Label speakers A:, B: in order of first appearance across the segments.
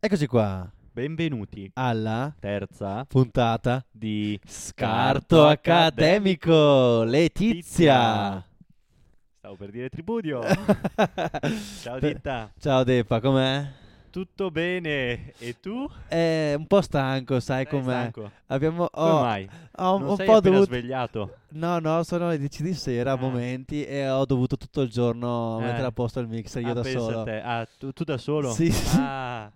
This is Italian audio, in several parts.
A: Eccoci qua
B: Benvenuti,
A: alla
B: terza
A: puntata
B: di
A: Scarto Accademico Letizia.
B: Stavo per dire tribudio. Ciao Ditta,
A: Ciao Deppa, com'è?
B: tutto bene? E tu?
A: È un po' stanco, sai
B: Sei
A: com'è?
B: stanco?
A: Abbiamo
B: Come
A: ho,
B: mai?
A: ho un,
B: non
A: un
B: sei
A: po'
B: appena
A: dovuto
B: svegliato?
A: No, no, sono le 10 di sera a
B: Ah.
A: momenti e ho dovuto tutto il giorno
B: Eh.
A: mettere a posto il mixer io
B: Ah,
A: da
B: pensa
A: solo.
B: te. Ah, tu, tu da solo?
A: Sì, sì.
B: Ah,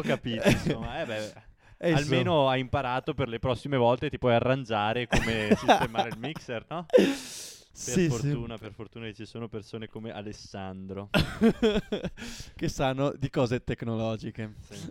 B: capito, insomma. Eh beh,
A: E insomma-
B: almeno hai imparato per le prossime volte ti puoi arrangiare come sistemare il mixer, no? Per
A: Sì, sì.
B: fortuna, per fortuna che ci sono persone come Alessandro.
A: che sanno di cose tecnologiche.
B: Sì.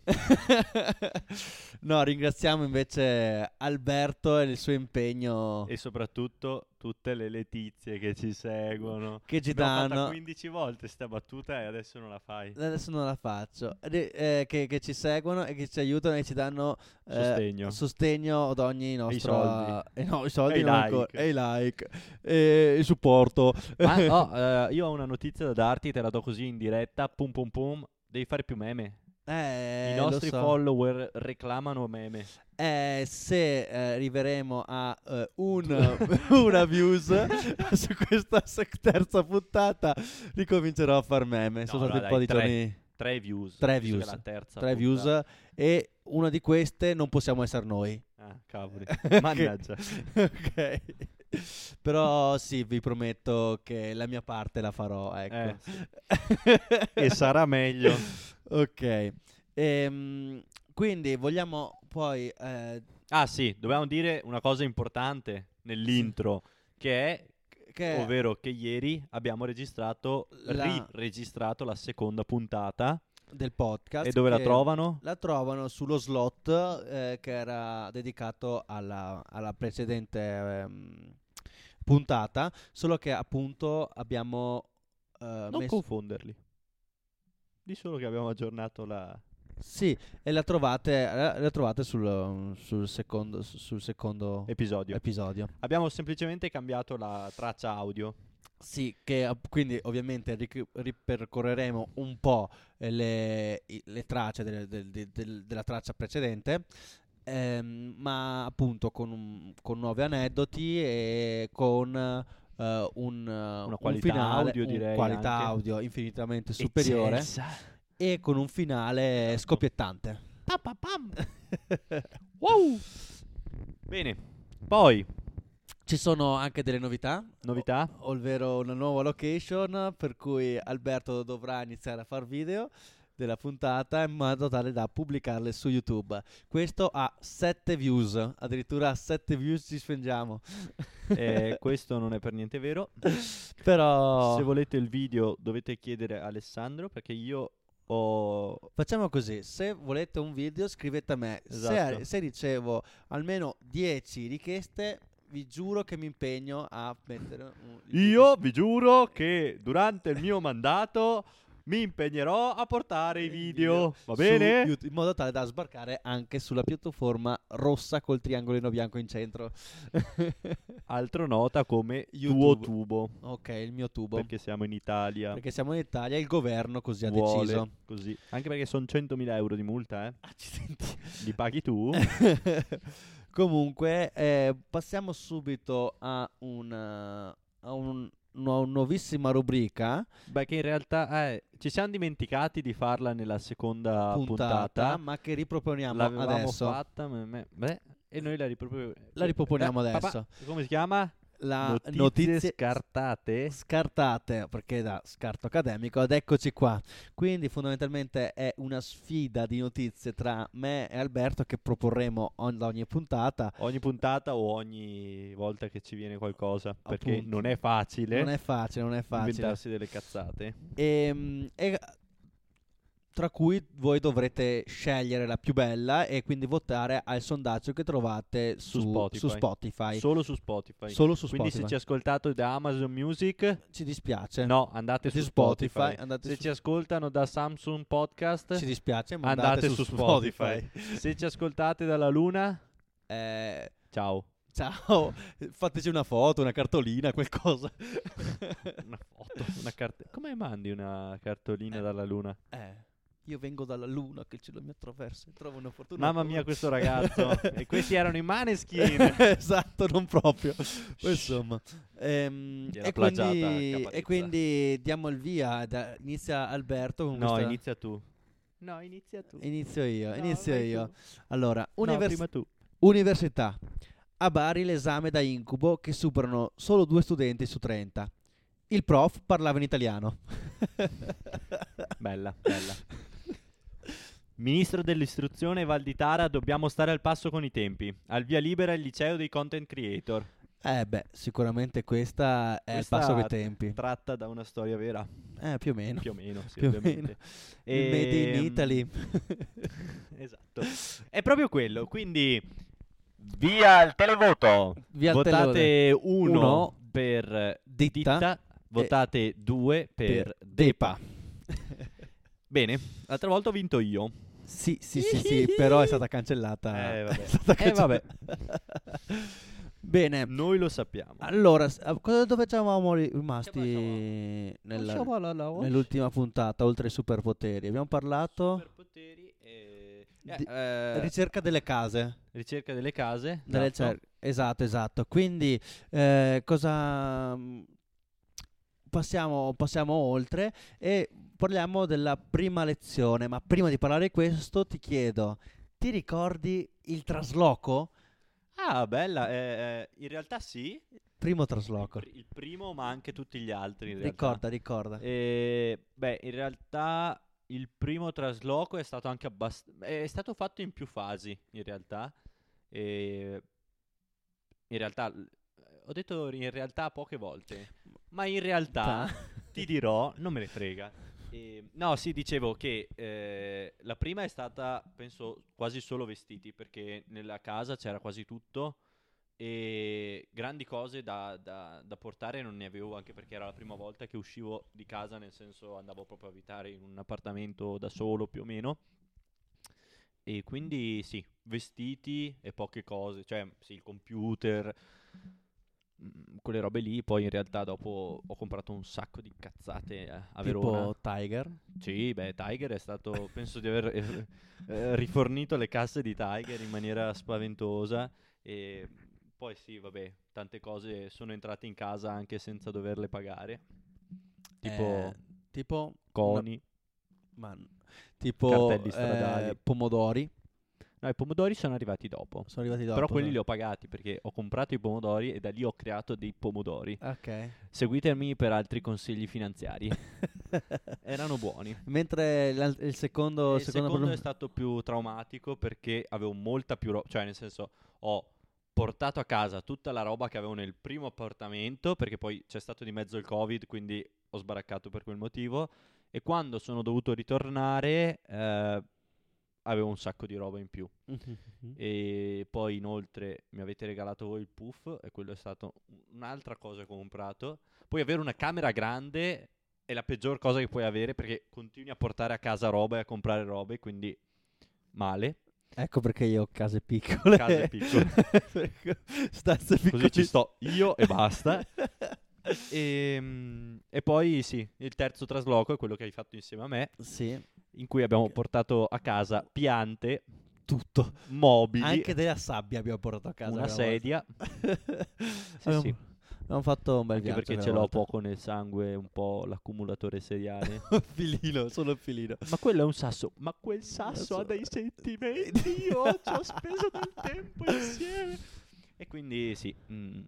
A: no, ringraziamo invece Alberto e il suo impegno
B: e soprattutto tutte le letizie che ci seguono.
A: che ci
B: Abbiamo fatta
A: danno.
B: 15 volte sta battuta e adesso non la fai.
A: Adesso non la faccio. Ri- eh, che, che ci seguono e che ci aiutano e ci danno eh,
B: Sostegno.
A: sostegno ad ogni nostro.
B: soldi.
A: eh no, i soldi
B: E i
A: non
B: like.
A: ancora. E i like. E il supporto.
B: Ma no, eh, io ho una notizia da darti, te la do così in diretta, pum pum pum, devi fare più meme.
A: Eh,
B: I
A: lo
B: nostri
A: so.
B: follower reclamano meme.
A: Eh, se eh, arriveremo a eh, un, una views su questa se- terza puntata, ricomincerò a far meme. Sono
B: no,
A: stati un
B: dai,
A: po' di
B: tre.
A: giorni.
B: Tre views.
A: Tre
B: visto che
A: views.
B: è La terza
A: Tre
B: puntata.
A: views. E una di queste non possiamo essere noi.
B: Ah, cavoli.
A: Ok.
B: Mannaggia.
A: ok. Però sì, vi prometto che la mia parte la farò, ecco.
B: Eh, sì. e sarà meglio.
A: ok. Ehm, quindi vogliamo poi... eh,
B: Ah sì, dobbiamo dire una cosa importante nell'intro, che è
A: che...
B: ovvero che ieri abbiamo registrato,
A: Eh. La-
B: riregistrato la seconda puntata.
A: del podcast.
B: E dove la
A: che
B: trovano?
A: eh, La trovano sullo slot eh, che era dedicato alla, alla precedente ehm, puntata, solo che appunto abbiamo eh,
B: Non
A: messo...
B: confonderli. Di solo che abbiamo aggiornato la...
A: Sì, e la trovate, la la trovate sul, sul secondo, sul secondo
B: episodio.
A: episodio.
B: Abbiamo semplicemente cambiato la traccia audio.
A: Sì, che app- quindi ovviamente ric- ripercorreremo un po' eh, le, i- le tracce delle- del- del- del- della traccia precedente, ehm, ma appunto con, un- con nuovi aneddoti e con eh, un, eh, un
B: qualità
A: finale,
B: audio,
A: un
B: direi
A: qualità
B: anche.
A: audio infinitamente superiore e con un
B: Esatto.
A: finale scoppiettante.
B: wow! Bene. Poi,
A: Ci sono anche delle novità,
B: novità.
A: ovvero una nuova location per cui Alberto dovrà iniziare a far video della puntata in modo tale da pubblicarle su YouTube. Questo ha 7 views, addirittura a 7 views ci spengiamo.
B: Eh, questo non è per niente vero.
A: Però
B: Se volete il video dovete chiedere a Alessandro perché io ho...
A: facciamo così, se volete un video scrivete a me. Se- Se,
B: Esatto.
A: ricevo almeno 10 richieste, vi giuro che mi impegno a mettere un
B: Io vi giuro che durante il mio mandato mi impegnerò a portare i
A: il
B: video, va
A: su
B: bene?
A: YouTube, in modo tale da sbarcare anche sulla piattaforma rossa col triangolino bianco in centro.
B: Altro nota come tuo
A: YouTube.
B: tubo,
A: ok, il mio tubo. Perché,
B: perché siamo in Italia.
A: siamo in Italia e il governo così ha
B: vuole
A: deciso.
B: così. Anche perché sono 100.000 euro di multa, eh.
A: Accidenti.
B: Li paghi tu?
A: Comunque, eh, passiamo subito a una, a un- una nuovissima rubrica
B: Beh, che in realtà eh, ci siamo dimenticati di farla nella seconda
A: puntata,
B: puntata.
A: ma che riproponiamo
B: L'avevamo
A: adesso.
B: fatta, ma- ma- beh, e noi la, riproponiamo
A: La riproponiamo
B: Eh, papà,
A: adesso.
B: Come si chiama?
A: La
B: notizie, scartate.
A: scartate perché da scarto accademico ed eccoci qua quindi fondamentalmente è una sfida di notizie tra me e Alberto che proporremo on- da ogni puntata
B: Ogni puntata o ogni volta che ci viene qualcosa, perché
A: Appunto.
B: non è facile
A: non è facile non è facile
B: inventarsi delle cazzate.
A: Ehm, e, tra cui voi dovrete scegliere la più bella e quindi votare al sondaggio che trovate su,
B: Su Spotify.
A: su Spotify.
B: Solo su Spotify.
A: solo su
B: Quindi
A: Spotify
B: se ci ascoltate da Amazon Music,
A: ci dispiace
B: no, andate
A: Su
B: su Spotify.
A: Spotify, andate
B: se
A: su-
B: ci ascoltano da Samsung Podcast,
A: ci dispiace ma
B: andate, su, Spotify.
A: Spotify.
B: se ci ascoltate dalla Luna,
A: Eh,
B: ciao.
A: Ciao, fateci una foto, una cartolina, qualcosa.
B: Una foto, una carte- Come mandi una cartolina
A: Eh.
B: dalla Luna?
A: Eh, Io vengo dalla luna che il cielo mi attraversa e trovo una fortuna.
B: Mamma mia, questo ragazzo. e questi erano i Maneskin.
A: esatto, non proprio. Insomma, ehm,
B: Gli era
A: e,
B: plagiata
A: quindi,
B: Caparezza.
A: e quindi diamo il via. da- inizia Alberto con
B: No,
A: questa-
B: inizia tu. No, inizia tu.
A: Inizio io, inizio io. Allora, Eh, univers-
B: prima tu.
A: università. A Bari l'esame da incubo che superano solo due studenti su 30. Il prof parlava in italiano.
B: Bella, bella. Ministro dell'istruzione Valditara, dobbiamo stare al passo con i tempi. Al via libera il liceo dei content creator.
A: Eh beh, sicuramente questa è
B: Questa
A: il passo dei tempi.
B: Tratta da una storia vera,
A: Eh, più o meno.
B: più o meno, sì,
A: Più o
B: ovviamente.
A: Il Made in
B: Ehm,
A: Italy.
B: esatto. È proprio quello, quindi via il televoto.
A: Via il
B: votate uno,
A: Uno.
B: per eh,
A: Ditta. Eh.
B: ditta, votate due per,
A: per
B: depa. Bene, l'altra volta ho vinto io.
A: Sì, sì, sì, sì, però è stata cancellata.
B: Eh, vabbè.
A: È stata
B: Eh,
A: cancellata. Bene.
B: Noi lo sappiamo.
A: Allora, s- a- cosa dove siamo ri- rimasti nella- nell'ultima puntata, oltre ai superpoteri? Abbiamo parlato
B: Superpoteri eh,
A: Di- ricerca delle case.
B: ricerca delle case.
A: delle
B: esatto.
A: cer- esatto, esatto. Quindi eh, cosa mh, passiamo, passiamo oltre e parliamo della prima lezione. Ma prima di parlare di questo, ti chiedo: ti ricordi il trasloco?
B: Ah, bella. eh, eh, in realtà sì.
A: Primo trasloco.
B: Il, pr- il primo, ma anche tutti gli altri. in realtà.
A: Ricorda, ricorda.
B: Eh, beh, in realtà il primo trasloco è stato anche abbastanza. È stato fatto in più fasi, in realtà. Eh, in realtà. l- Ho detto in realtà poche volte. Ma in
A: Cioè,
B: realtà. ti dirò, non me ne frega. Eh, no, sì, dicevo che eh, la prima è stata, penso, quasi solo vestiti, perché nella casa c'era quasi tutto e grandi cose da, da- da portare non ne avevo, anche perché era la prima volta che uscivo di casa, nel senso andavo proprio a abitare in un appartamento da solo più o meno. E quindi sì, vestiti e poche cose, cioè sì, il computer, mm, quelle robe lì. Poi in realtà dopo ho comprato un sacco di cazzate a- a Verona.
A: tipo Tiger.
B: Sì, beh, Tiger è stato. Penso di aver eh, eh, rifornito le casse di Tiger in maniera spaventosa. E poi sì, vabbè, tante cose sono entrate in casa anche senza doverle pagare. Tipo
A: Eh, tipo
B: coni.
A: ma- tipo
B: Cartelli
A: eh,
B: stradali.
A: pomodori.
B: No, i pomodori sono arrivati dopo.
A: Sono arrivati dopo.
B: Però quelli
A: Esatto, no?
B: li ho pagati perché ho comprato i pomodori e da lì ho creato dei pomodori.
A: Ok.
B: Seguitemi per altri consigli finanziari. Erano buoni.
A: Mentre l'al- il secondo,
B: il secondo,
A: problema-
B: è stato più traumatico perché avevo molta più roba, cioè nel senso ho portato a casa tutta la roba che avevo nel primo appartamento perché poi c'è stato di mezzo il covid quindi ho sbaraccato per quel motivo e quando sono dovuto ritornare eh, avevo un sacco di roba in più e poi inoltre mi avete regalato voi il puff e quello è stato un'altra cosa che ho comprato. Poi avere una camera grande è la peggior cosa che puoi avere perché continui a portare a casa roba e a comprare robe, quindi male.
A: Ecco perché io ho case piccole.
B: Case piccole.
A: Stanze piccole.
B: Così ci sto io e basta. Ehm, E, poi sì, il terzo trasloco è quello che hai fatto insieme a me,
A: sì,
B: in cui abbiamo portato a casa piante,
A: tutto.
B: mobili,
A: Anche della sabbia abbiamo portato a casa.
B: una sedia,
A: abbiamo,
B: sì.
A: abbiamo fatto un bel
B: anche
A: viaggio
B: perché
A: quella
B: ce l'ho
A: volta.
B: poco nel sangue, un po' l'accumulatore seriale.
A: Un filino, solo un filino.
B: Ma quello è un sasso. Ma quel
A: sasso
B: sasso
A: ha
B: ha
A: dei
B: dei sentimenti. Io ci ho speso del tempo insieme. E quindi sì. mm,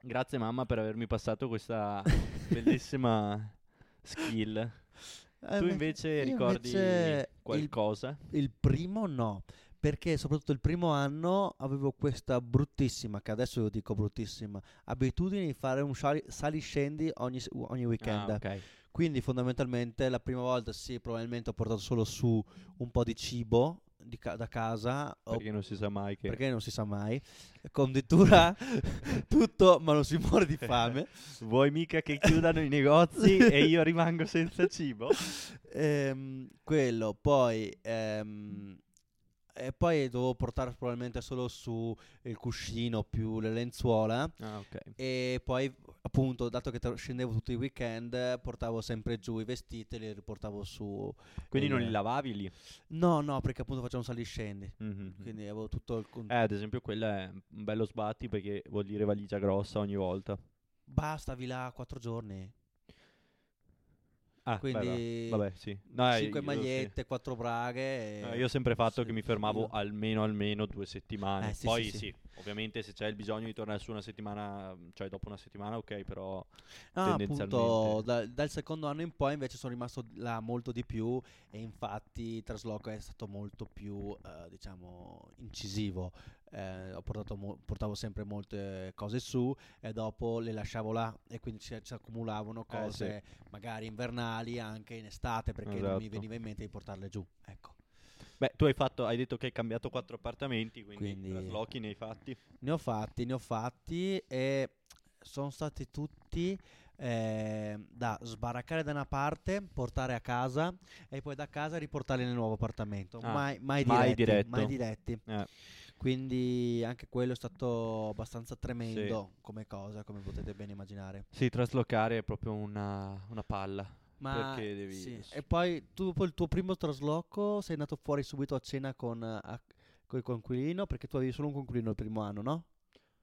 B: grazie mamma per avermi passato questa bellissima skill.
A: Eh,
B: tu
A: ma-
B: invece
A: io
B: ricordi
A: invece il-
B: qualcosa?
A: Il primo no, perché soprattutto il primo anno avevo questa bruttissima, che adesso io dico bruttissima, abitudine di fare un sali, scendi ogni, s- ogni weekend.
B: Ah, ok.
A: Quindi fondamentalmente la prima volta sì, probabilmente ho portato solo su un po' di cibo di ca- da casa, o-
B: Perché non si sa mai che...
A: perché non si sa mai, conditura, tutto, ma non si muore di fame.
B: Vuoi mica che chiudano i negozi e io rimango senza cibo?
A: Ehm, quello, poi ehm, e poi dovevo portare probabilmente solo su il cuscino più le lenzuola
B: Ah, ok.
A: e poi appunto dato che tra- scendevo tutti i weekend eh, portavo sempre giù i vestiti e li riportavo su
B: Quindi
A: il-
B: non li lavavi lì?
A: no no perché appunto facevo un saliscendi
B: Mhm.
A: quindi avevo tutto il con-
B: Eh, ad esempio, quello è un bello sbatti perché vuol dire valigia grossa ogni volta.
A: basta vi là quattro giorni
B: Ah, beh,
A: Quindi-
B: va- vabbè, sì. No, eh,
A: cinque
B: io-
A: magliette quattro
B: sì.
A: braghe
B: No,
A: e-
B: io ho sempre fatto
A: sì,
B: che mi fermavo
A: io-
B: almeno almeno due settimane.
A: Eh, sì, sì,
B: Poi
A: sì.
B: ovviamente se c'è il bisogno di tornare su una settimana, cioè dopo una settimana, ok, però
A: No, Ah, appunto,
B: tendenzialmente.
A: da- dal secondo anno in poi invece sono rimasto là molto di più e infatti il trasloco è stato molto più, eh, diciamo, incisivo. Eh, ho portato mo- portavo sempre molte cose su e dopo le lasciavo là e quindi ci, ci accumulavano
B: Eh, sì.
A: cose magari invernali anche in estate perché non mi
B: Esatto.
A: veniva in mente di portarle giù. Ecco.
B: Beh, tu hai fatto, hai detto che hai cambiato quattro appartamenti, quindi,
A: Quindi-
B: traslochi nei fatti.
A: Ne ho fatti, ne ho fatti e sono stati tutti eh, da sbaraccare da una parte, portare a casa e poi da casa riportarli nel nuovo appartamento.
B: Ah,
A: mai, mai diretti,
B: mai diretto.
A: mai diretti.
B: Eh.
A: Quindi anche quello è stato abbastanza tremendo come cosa, come potete ben immaginare.
B: Sì, traslocare è proprio una, una palla.
A: Ma
B: Perché devi-
A: sì, E poi tu dopo il tuo primo trasloco sei andato fuori subito a cena con il conquilino perché tu avevi solo un conquilino il primo anno, no?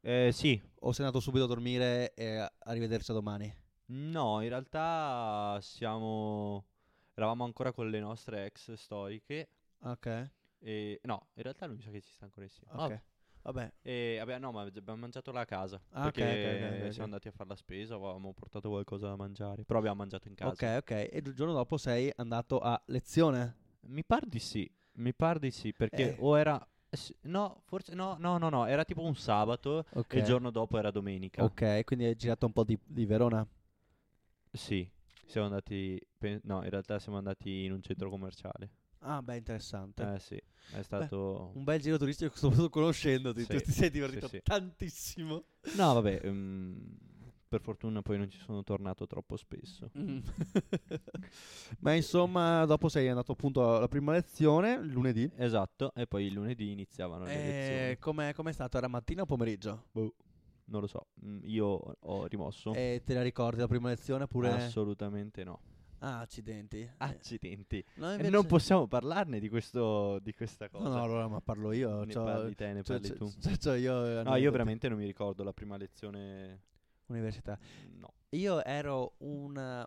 B: Eh, sì,
A: O sei andato subito a dormire e a- arrivederci a domani?
B: No, in realtà siamo. Eravamo ancora con le nostre ex storiche.
A: Ok.
B: E... No, in realtà lui mi sa che ci sta ancora insieme.
A: Ok. Vabbè.
B: E vabbè, no, ma abbiamo mangiato la casa.
A: Ah, ok,
B: perché
A: ok, ok, ok, ok.
B: siamo andati a fare la spesa, avevamo portato qualcosa da mangiare. Però abbiamo mangiato in casa.
A: Ok, ok. E il giorno dopo sei andato a lezione?
B: Mi par di sì, mi par di sì, perché
A: Eh.
B: o era. eh, sì, No, forse no, no, no, no, era tipo un sabato
A: Ok.
B: e il giorno dopo era domenica.
A: Ok, quindi hai girato un po' di, di Verona.
B: Sì, siamo andati, pe- no, in realtà siamo andati in un centro commerciale.
A: Ah, beh, interessante.
B: Eh sì, è stato
A: Un bel giro turistico, soprattutto conoscendoti.
B: Sì,
A: Tu ti sei divertito
B: sì.
A: tantissimo.
B: No, vabbè, ehm, per fortuna poi non ci sono tornato troppo spesso.
A: Mm. Ma insomma, dopo sei andato appunto alla prima lezione, lunedì. Eh,
B: Esatto, e poi il lunedì iniziavano le
A: E
B: lezioni.
A: com'è, com'è stato? Era mattina o pomeriggio?
B: Non lo so, mm, io ho rimosso.
A: E te la ricordi la prima lezione oppure...
B: Assolutamente no.
A: ah, accidenti. Eh,
B: Accidenti.
A: No,
B: E
A: invece-
B: non possiamo parlarne di, questo, di questa
A: No,
B: cosa.
A: no, cioè, allora ma parlo io.
B: ne
A: c'ho-
B: parli te, ne
A: c'ho-
B: parli
A: c'ho-
B: tu.
A: c'ho- c'ho io, eh,
B: No, io
A: aneddoti.
B: veramente non mi ricordo la prima lezione.
A: Università.
B: No,
A: Io ero un,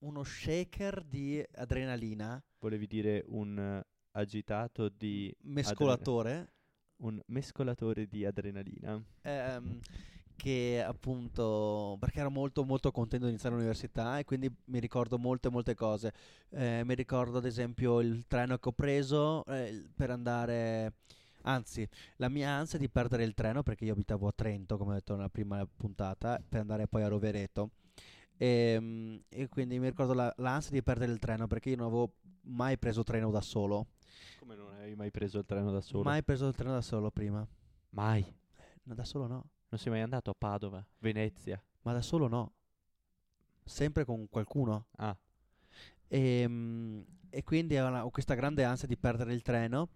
A: uno shaker di adrenalina,
B: volevi dire un eh, agitato di...
A: mescolatore, Mm.
B: un mescolatore di adrenalina.
A: ehm, che appunto, perché ero molto molto contento di iniziare l'università e quindi mi ricordo molte molte cose. Eh, mi ricordo ad esempio il treno che ho preso eh, il- per andare... Anzi, la mia ansia di perdere il treno, perché io abitavo a Trento, come ho detto nella prima puntata, per andare poi a Rovereto. Ehm, E, quindi mi ricordo la- l'ansia di perdere il treno, perché io non avevo mai preso treno da solo.
B: Come non avevi mai preso il treno da solo?
A: Mai preso il treno da solo prima.
B: Mai.
A: No, da solo no.
B: Non sei mai andato a Padova, Venezia.
A: Ma da solo no. Sempre con qualcuno.
B: Ah,
A: Ehm, E, quindi ho, una- ho questa grande ansia di perdere il treno.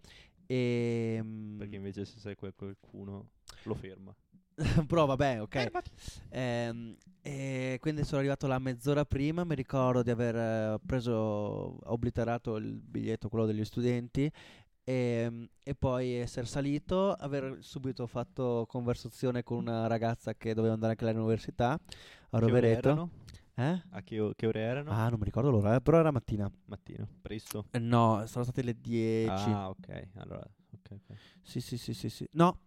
A: Ehm, E,
B: perché invece se sei quel qualcuno lo ferma.
A: Però vabbè, ok.
B: Fermati.
A: Ehm, e quindi sono arrivato la mezz'ora prima. Mi ricordo di aver eh, preso, obliterato il biglietto, quello degli studenti. ehm, E, poi essere salito, aver subito fatto conversazione con una ragazza che doveva andare anche lei all'università a
B: Che ore
A: Rovereto.
B: erano?
A: Eh?
B: A che, o- che ore erano?
A: Ah, non mi ricordo l'ora, eh, però era mattina.
B: Mattino, presto.
A: Eh, No, sono state le 10.
B: Ah, ok. Allora, ok, ok.
A: Sì, sì, sì, sì, sì. No,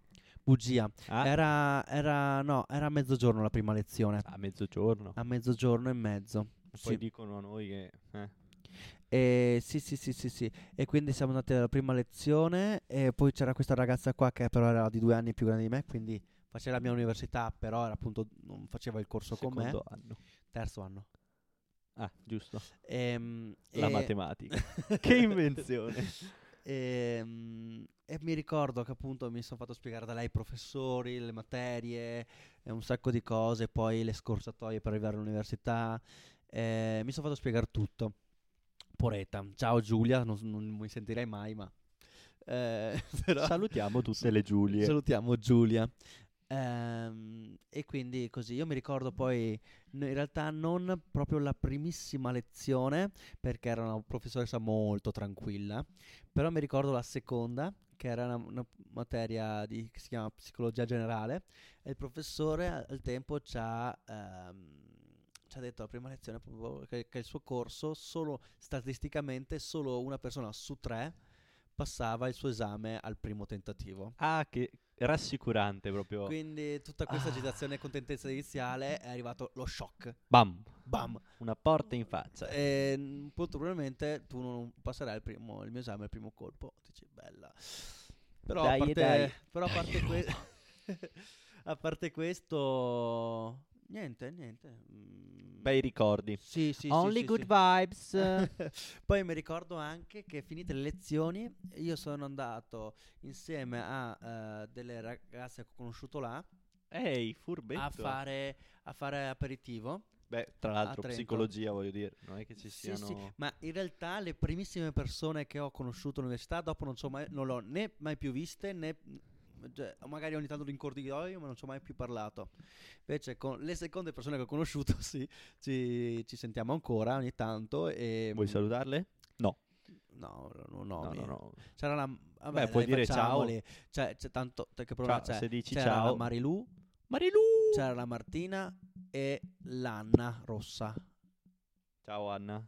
A: bugia.
B: Ah,
A: Era, era, no, era a mezzogiorno la prima lezione.
B: a mezzogiorno.
A: A mezzogiorno e mezzo.
B: Poi
A: Ah, Sì.
B: dicono a noi che... eh,
A: E, sì, sì, sì, sì, sì. E quindi siamo andati alla prima lezione e poi c'era questa ragazza qua che però era di due anni più grande di me, quindi faceva la mia università, però era appunto non faceva il corso con me.
B: secondo anno.
A: Terzo anno.
B: Ah, giusto.
A: Ehm,
B: La
A: e-
B: matematica. che invenzione.
A: E, mm, e mi ricordo che appunto mi sono fatto spiegare da lei i professori, le materie, e un sacco di cose, poi le scorciatoie per arrivare all'università. eh, mi sono fatto spiegare tutto. Poreta, ciao Giulia, non, non mi sentirei mai, ma Eh, però-
B: Salutiamo tutte le Giulie.
A: Salutiamo Giulia. Ehm, e quindi così, io mi ricordo poi no, in realtà non proprio la primissima lezione perché era una professoressa molto tranquilla, però mi ricordo la seconda che era una, una materia di, che si chiama psicologia generale e il professore a- al tempo ci ha, ehm, ci ha detto alla prima lezione proprio che, che il suo corso solo statisticamente solo una persona su tre passava il suo esame al primo tentativo.
B: ah, che rassicurante proprio.
A: Quindi tutta questa
B: Esatto. Ah.
A: agitazione e contentezza iniziale è arrivato lo shock.
B: Bam.
A: Bam.
B: Una porta in faccia.
A: E mm, molto probabilmente tu non passerai il, primo, il mio esame al primo colpo. Dici, bella. Però
B: Dai,
A: a parte,
B: dai.
A: però a
B: Dai,
A: parte
B: Roma.
A: que- a parte questo... Niente, niente. Mm,
B: Bei ricordi.
A: Sì, sì, sì,
B: Only
A: sì,
B: good
A: sì.
B: vibes.
A: Poi mi ricordo anche che finite le lezioni io sono andato insieme a eh, delle ragazze che ho conosciuto là
B: Ehi, furbetto.
A: a fare, a fare aperitivo.
B: Beh, tra l'altro,
A: Trento.
B: psicologia, voglio dire, non è che ci
A: Sì,
B: siano...
A: sì, ma in realtà le primissime persone che ho conosciuto all'università, dopo non, so mai, non l'ho né mai più viste né. cioè, magari ogni tanto rincordiglio, ma non ci ho mai più parlato. Invece, con le seconde persone che ho conosciuto, sì, ci, ci sentiamo ancora ogni tanto. E,
B: Vuoi salutarle?
A: No, no, no.
B: No,
A: mi-
B: no, no.
A: C'era la. Vabbè,
B: Beh, puoi
A: dai,
B: dire ciao.
A: facciamoli. Cioè, C'è, c'è tanto. te Che problema
B: Ciao,
A: c'è?
B: se dici
A: c'era la
B: ciao.
A: Marilu,
B: Marilu!
A: c'era la Martina e l'Anna Rossa.
B: Ciao, Anna.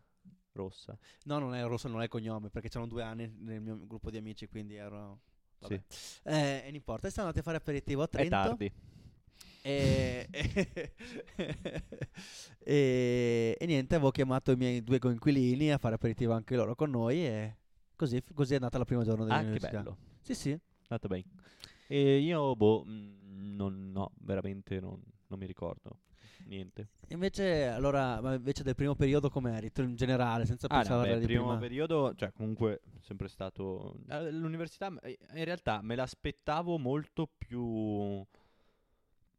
B: Rossa.
A: No, non è rosso, non è il cognome, perché c'erano due anni nel mio gruppo di amici, quindi ero... Vabbè. Eh, e non importa, e siamo andati a fare aperitivo a
B: È
A: Trento.
B: tardi.
A: E, e, e niente, avevo chiamato i miei due coinquilini a fare aperitivo anche loro con noi e così, così è andata la prima giorno
B: Ah, che
A: dell'università.
B: bello.
A: Sì, sì.
B: Andata bene. E io, boh, mm, non, no, veramente non, non mi ricordo niente.
A: Invece, allora, ma invece del primo periodo com'eri? Tu in generale, senza
B: Ah, no,
A: pensare
B: beh,
A: di
B: primo
A: prima.
B: periodo, cioè comunque sempre stato... eh, L'università eh, in realtà me l'aspettavo molto più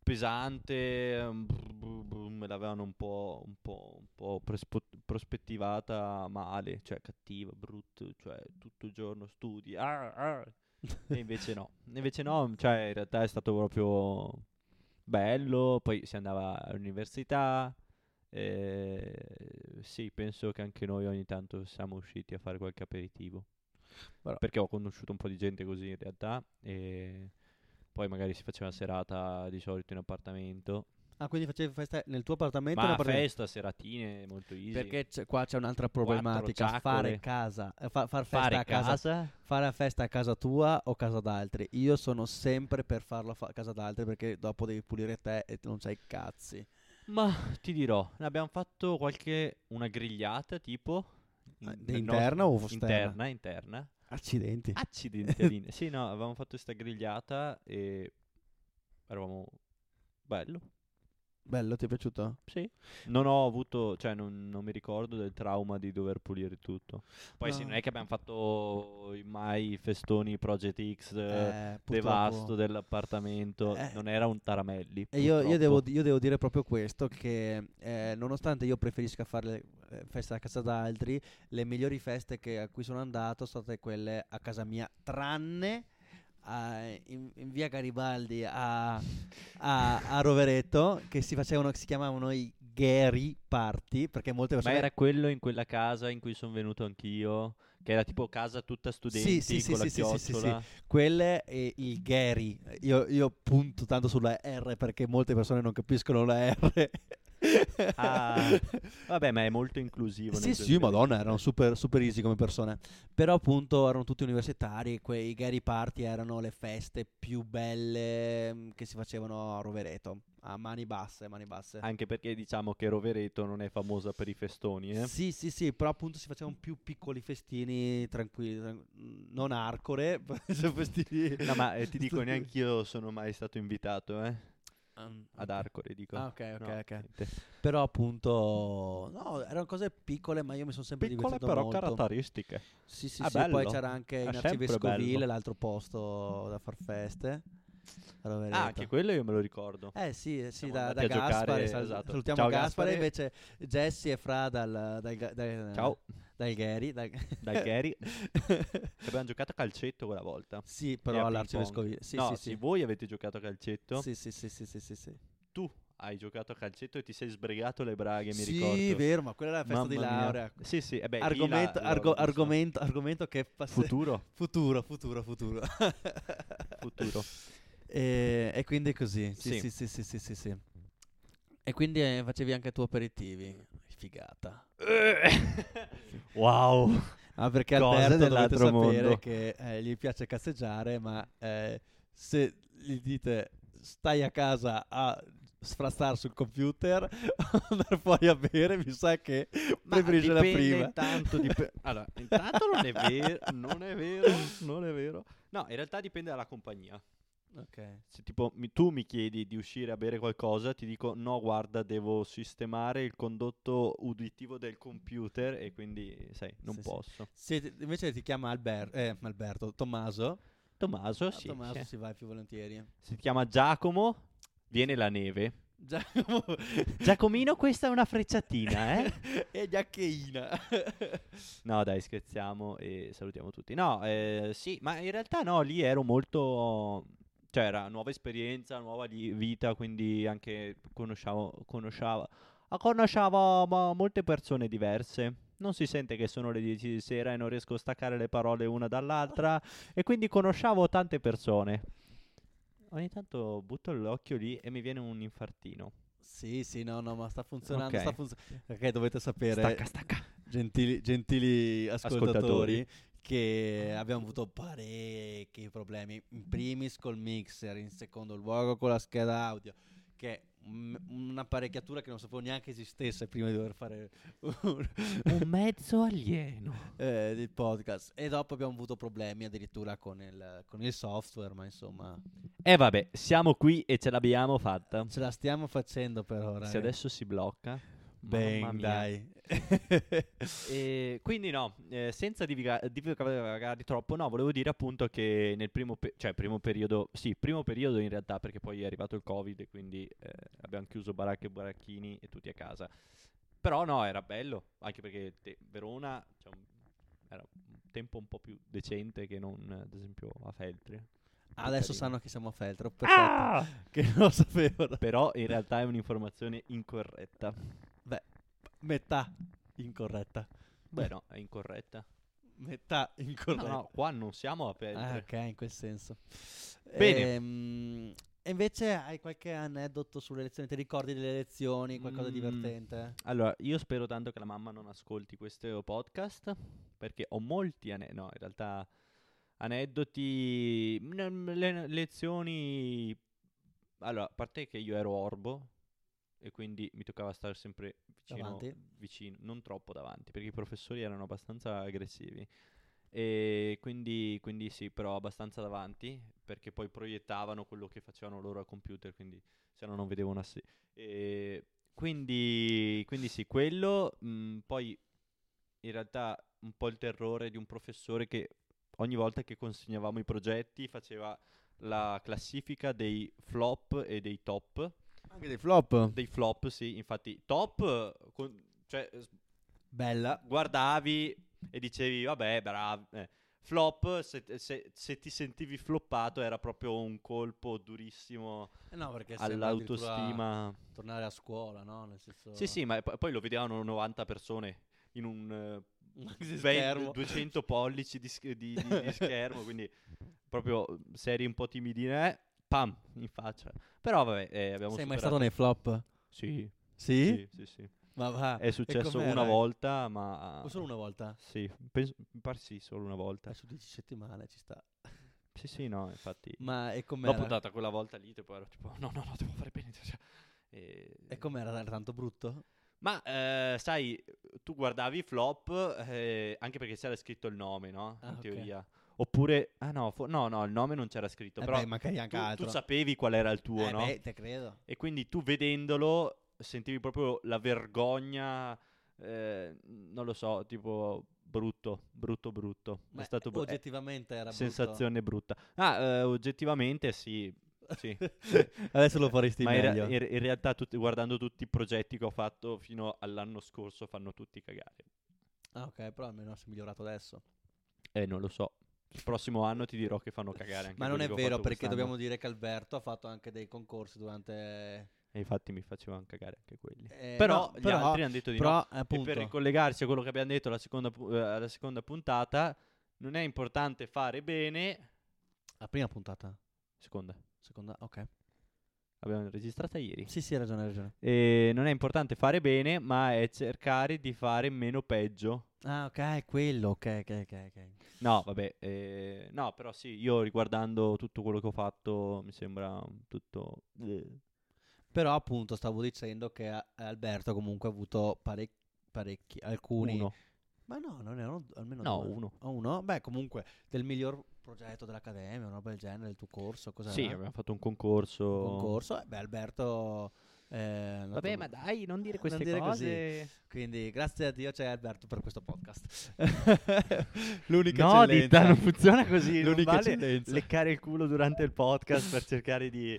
B: pesante, eh, brr, brr, brr, me l'avevano un po', un po', un po' prespo- prospettivata male, cioè cattiva, brutta, cioè tutto il giorno studi, ah, ah. E invece no, invece no, cioè in realtà è stato proprio bello, poi si andava all'università, eh, sì, penso che anche noi ogni tanto siamo usciti a fare qualche aperitivo,
A: Però-
B: perché ho conosciuto un po' di gente così in realtà e poi magari si faceva serata di solito in appartamento,
A: Ah, quindi facevi festa nel tuo appartamento? o
B: ma
A: nel appartamento-
B: festa, seratine, molto easy,
A: Perché c'è- qua c'è un'altra problematica.
B: ciacole.
A: Fare casa, eh, fa- far festa
B: fare
A: a casa,
B: casa,
A: fare festa a casa tua o casa d'altri. Io sono sempre per farlo a fa- casa d'altri perché dopo devi pulire te e non c'hai i cazzi.
B: ma ti dirò, ne abbiamo fatto qualche, una grigliata tipo...
A: Ah,
B: in- nel
A: interna o
B: nostro-
A: esterna?
B: Interna, interna.
A: Accidenti.
B: Accidenti, Alina. Sì, no, avevamo fatto questa grigliata e eravamo bello.
A: Bello, ti è piaciuto?
B: Sì. Non ho avuto, cioè non, non mi ricordo del trauma di dover pulire tutto. Poi sì,
A: No.
B: non è che abbiamo fatto i- mai i festoni Project X eh,
A: Eh, purtroppo.
B: devasto dell'appartamento,
A: Eh.
B: non era un taramelli.
A: E io, io devo,
B: purtroppo.
A: di- io devo dire proprio questo, che eh, nonostante io preferisca fare le eh, feste a casa d'altri, le migliori feste che- a cui sono andato sono state quelle a casa mia, tranne eh, in, in via Garibaldi a, a- a Rovereto, che si, facevano, si chiamavano i Gary Party, perché molte
B: Ma
A: persone...
B: era quello in quella casa in cui sono venuto anch'io, che era tipo casa tutta studenti
A: sì, sì,
B: con la
A: sì, sì, sì,
B: chiocciola.
A: sì, sì. Quelle e il Gary. Io, io punto tanto sulla R perché molte persone non capiscono la R.
B: Ah, Vabbè, ma è molto inclusivo.
A: Sì,
B: nel
A: sì,
B: senso che-
A: madonna, erano super, super easy come persone. Però appunto erano tutti universitari, quei Gary Party erano le feste più belle mm, che si facevano a Rovereto, a mani basse, mani basse.
B: Anche perché diciamo che Rovereto non è famosa per i festoni, eh?
A: Sì, sì, sì, però appunto si facevano più piccoli festini tranquilli, tran- mm, non arcore, cioè festini...
B: No, ma eh, ti dico, neanche io sono mai stato invitato, eh? Ad
A: arco
B: Arcore, dico.
A: Ah, ok, ok,
B: No,
A: ok.
B: niente.
A: Però appunto, no, erano cose piccole, ma io mi sono sempre
B: Piccole
A: divertito
B: però
A: molto.
B: caratteristiche.
A: Sì, sì,
B: Ah,
A: sì, poi
B: bello.
A: c'era anche
B: È
A: in
B: sempre
A: Arcivescovile,
B: bello.
A: l'altro posto da far feste. a Rovereto.
B: Ah, anche quello io me lo ricordo.
A: Eh sì, eh, sì
B: Siamo
A: da, da
B: andati a giocare,
A: Gaspare, sal-
B: esatto.
A: salutiamo
B: Ciao,
A: Gaspare,
B: Gaspare.
A: invece Jesse e Fra dal, dal, dal-
B: Ciao.
A: dal Gary. dal-
B: dal Gary. Abbiamo giocato a calcetto quella volta.
A: sì,
B: E
A: però
B: a
A: all'arcivescovile. Sì,
B: no,
A: sì,
B: sì,
A: sì.
B: voi avete giocato a calcetto.
A: Sì, sì, sì, sì, sì, sì, sì.
B: Tu hai giocato a calcetto e ti sei sbregato le braghe, mi
A: Sì,
B: ricordo.
A: vero, ma quella era la festa
B: Mamma
A: di
B: mia.
A: laurea.
B: Sì, sì, eh beh, lì la-
A: Argomento,
B: l'ho
A: argo-
B: visto.
A: argomento, argomento che fa
B: Futuro.
A: futuro, futuro, futuro.
B: Futuro.
A: E, e quindi è così. Sì, sì,
B: Sì.
A: sì, sì, sì, sì, sì. E quindi eh, facevi anche tu aperitivi. Figata.
B: wow.
A: Ah, perché
B: Cose
A: Alberto dovete
B: dell'altro
A: sapere
B: mondo.
A: che eh, gli piace cazzeggiare, ma eh, se gli dite stai a casa a sfrastar sul computer o andare fuori a bere, mi sa che preferisce la
B: dipende
A: prima.
B: tanto dip- Allora, intanto non è vero, non è vero, non è vero. No, in realtà dipende dalla compagnia.
A: Ok.
B: Se tipo mi- tu mi chiedi di uscire a bere qualcosa, ti dico no, guarda, devo sistemare il condotto uditivo del computer e quindi, sai, non
A: Sì, sì.
B: posso.
A: Se ti- invece ti chiama Alber- eh, Alberto, Tommaso,
B: Ah, Tommaso,
A: a
B: sì.
A: Tommaso
B: sì.
A: si vai più volentieri.
B: Si chiama Giacomo, viene la neve.
A: Giacomo
B: Giacomino, questa è una frecciatina, eh?
A: e Giaccheina.
B: No, dai, scherziamo e salutiamo tutti. No, eh, sì, ma in realtà no, lì ero molto... Cioè, era nuova esperienza, nuova li- vita, quindi anche conosciavo, conosciavo, ah, conosciavo mo- molte persone diverse. Non si sente che sono le 10 di sera e non riesco a staccare le parole una dall'altra. E quindi conosciavo tante persone. Ogni tanto butto l'occhio lì e mi viene un infartino.
A: sì, sì, no, no, ma sta funzionando,
B: Ok.
A: sta funzionando. Perché dovete sapere,
B: Stacca, stacca.
A: gentili, gentili ascoltatori,
B: Ascoltatori.
A: che abbiamo avuto parecchi problemi. In primis col mixer, in secondo luogo con la scheda audio, che è un- un'apparecchiatura che non sapevo neanche esistesse prima di dover fare un,
B: Un mezzo alieno.
A: eh, del podcast. E dopo abbiamo avuto problemi addirittura con il, con il software, ma insomma,
B: E Eh, vabbè, siamo qui e ce l'abbiamo fatta.
A: ce la stiamo facendo per ora. eh.
B: Se adesso si blocca. mamma
A: Ben,
B: mia.
A: dai.
B: E quindi no, eh, senza diviga- divagare troppo, no, volevo dire appunto che nel primo, pe- cioè, primo periodo, sì, primo periodo in realtà perché poi è arrivato il Covid e quindi eh, abbiamo chiuso baracche e baracchini e tutti a casa. Però no, era bello, anche perché te- Verona cioè, un- era un tempo un po' più decente che non eh, ad esempio a Feltri.
A: Adesso
B: Carino.
A: sanno che siamo a Feltro, perfetto. Che non lo sapevano.
B: Però in realtà è un'informazione incorretta.
A: Beh, metà incorretta.
B: Beh no, è incorretta.
A: Metà
B: No,
A: incorretta.
B: no, qua non siamo a
A: Ah,
B: Feltri.
A: ok, in quel senso.
B: Bene.
A: Ehm, E invece hai qualche aneddoto sulle elezioni? Ti ricordi delle elezioni? Qualcosa di
B: Mm.
A: divertente?
B: Allora, io spero tanto che la mamma non ascolti questo podcast, perché ho molti ane- no, in realtà aneddoti, mm, le lezioni... Allora, a parte che io ero orbo e quindi mi toccava stare sempre vicino,
A: Davanti.
B: vicino, non troppo davanti, perché i professori erano abbastanza aggressivi. E quindi, quindi sì, però abbastanza davanti, perché poi proiettavano quello che facevano loro al computer, quindi se no non vedevo una... se- e Ehm, quindi, quindi sì, quello, mh, poi in realtà un po' il terrore di un professore che ogni volta che consegnavamo i progetti faceva la classifica dei flop e dei top.
A: Anche dei flop.
B: Dei flop, sì, infatti top, eh, con- cioè s-
A: Bella.
B: guardavi e dicevi vabbè bravo. eh. Flop, se, se- se ti sentivi floppato era proprio un colpo durissimo
A: Eh No, perché sembra addirittura
B: all'autostima.
A: Tornare a scuola, no? Nel senso...
B: Sì, sì, ma po- poi lo vedevano 90 persone in un eh,
A: Un
B: ve-
A: schermo.
B: 200 pollici di, sch- di- di- di schermo, quindi proprio serie un po' timidine, eh, pam, in faccia. Però vabbè, eh, abbiamo
A: Sei mai
B: superato-
A: stato nei flop?
B: Sì,
A: Sì?
B: sì, sì, sì.
A: Ma va.
B: È successo
A: com'era?
B: una volta, ma...
A: O solo una volta?
B: Sì, penso, mi pare sì, solo una volta.
A: Eh, su 10 settimane ci sta.
B: Sì, sì, no, infatti...
A: Ma e
B: L'ho
A: com'era?
B: puntata quella volta lì, tipo ero tipo, no, no, no, devo fare bene. cioè, e-
A: E com'era? Era tanto brutto?
B: Ma eh, sai, tu guardavi i flop eh, anche perché c'era scritto il nome, no? In
A: Ah, ok.
B: teoria. Oppure, ah no, fo- no, no, il nome non c'era scritto,
A: Eh
B: però
A: beh, magari anche
B: tu- tu,
A: altro.
B: sapevi qual era il tuo,
A: Eh
B: no?
A: beh, te credo.
B: E quindi tu vedendolo sentivi proprio la vergogna, eh, non lo so, tipo brutto, brutto, brutto.
A: Ma
B: È stato eh, brutto.
A: oggettivamente era brutto.
B: sensazione brutta. Ah, eh, oggettivamente sì, sì.
A: Adesso lo faresti
B: Ma in, rea-
A: meglio.
B: in- in realtà, tutti- guardando tutti i progetti che ho fatto fino all'anno scorso, fanno tutti cagare.
A: Ah, ok, però almeno si è migliorato adesso.
B: Eh, non lo so. Il prossimo anno ti dirò che fanno cagare anche
A: Ma non
B: quelli
A: è
B: che ho
A: vero
B: fatto
A: perché
B: quest'anno.
A: dobbiamo dire che Alberto ha fatto anche dei concorsi durante...
B: E infatti mi facevano cagare anche quelli.
A: eh,
B: però
A: no,
B: gli
A: però-
B: altri hanno detto di no.
A: però, eh,
B: E
A: appunto,
B: per ricollegarsi a quello che abbiamo detto alla seconda, pu- eh, alla seconda puntata, non è importante fare bene.
A: la prima puntata,
B: Seconda,
A: seconda, ok.
B: abbiamo registrata ieri.
A: Sì, sì, hai ragione, hai ragione.
B: E non è importante fare bene, ma è cercare di fare meno peggio.
A: Ah, ok, quello, ok, ok, ok. ok.
B: No, vabbè, eh, no, però sì, io riguardando tutto quello che ho fatto, mi sembra tutto... eh.
A: Però appunto stavo dicendo che a- Alberto comunque ha avuto parec- parecchi, alcuni...
B: Uno.
A: Ma no, non erano d- almeno
B: No,
A: due.
B: uno.
A: Ah, uno? Beh, comunque del miglior progetto dell'Accademia, una roba del genere, il tuo corso, cosa
B: Sì, eh, oh.
A: era?
B: abbiamo fatto un concorso.
A: concorso. Eh, beh, Alberto... eh, è andato-
B: Vabbè, ma dai, non dire
A: Non
B: queste
A: dire così.
B: cose.
A: Quindi grazie a Dio c'è Alberto per questo podcast.
B: no,
A: eccellenza.
B: Ditta, non funziona così. non
A: L'unica
B: vale
A: eccellenza.
B: leccare il culo durante il podcast per cercare di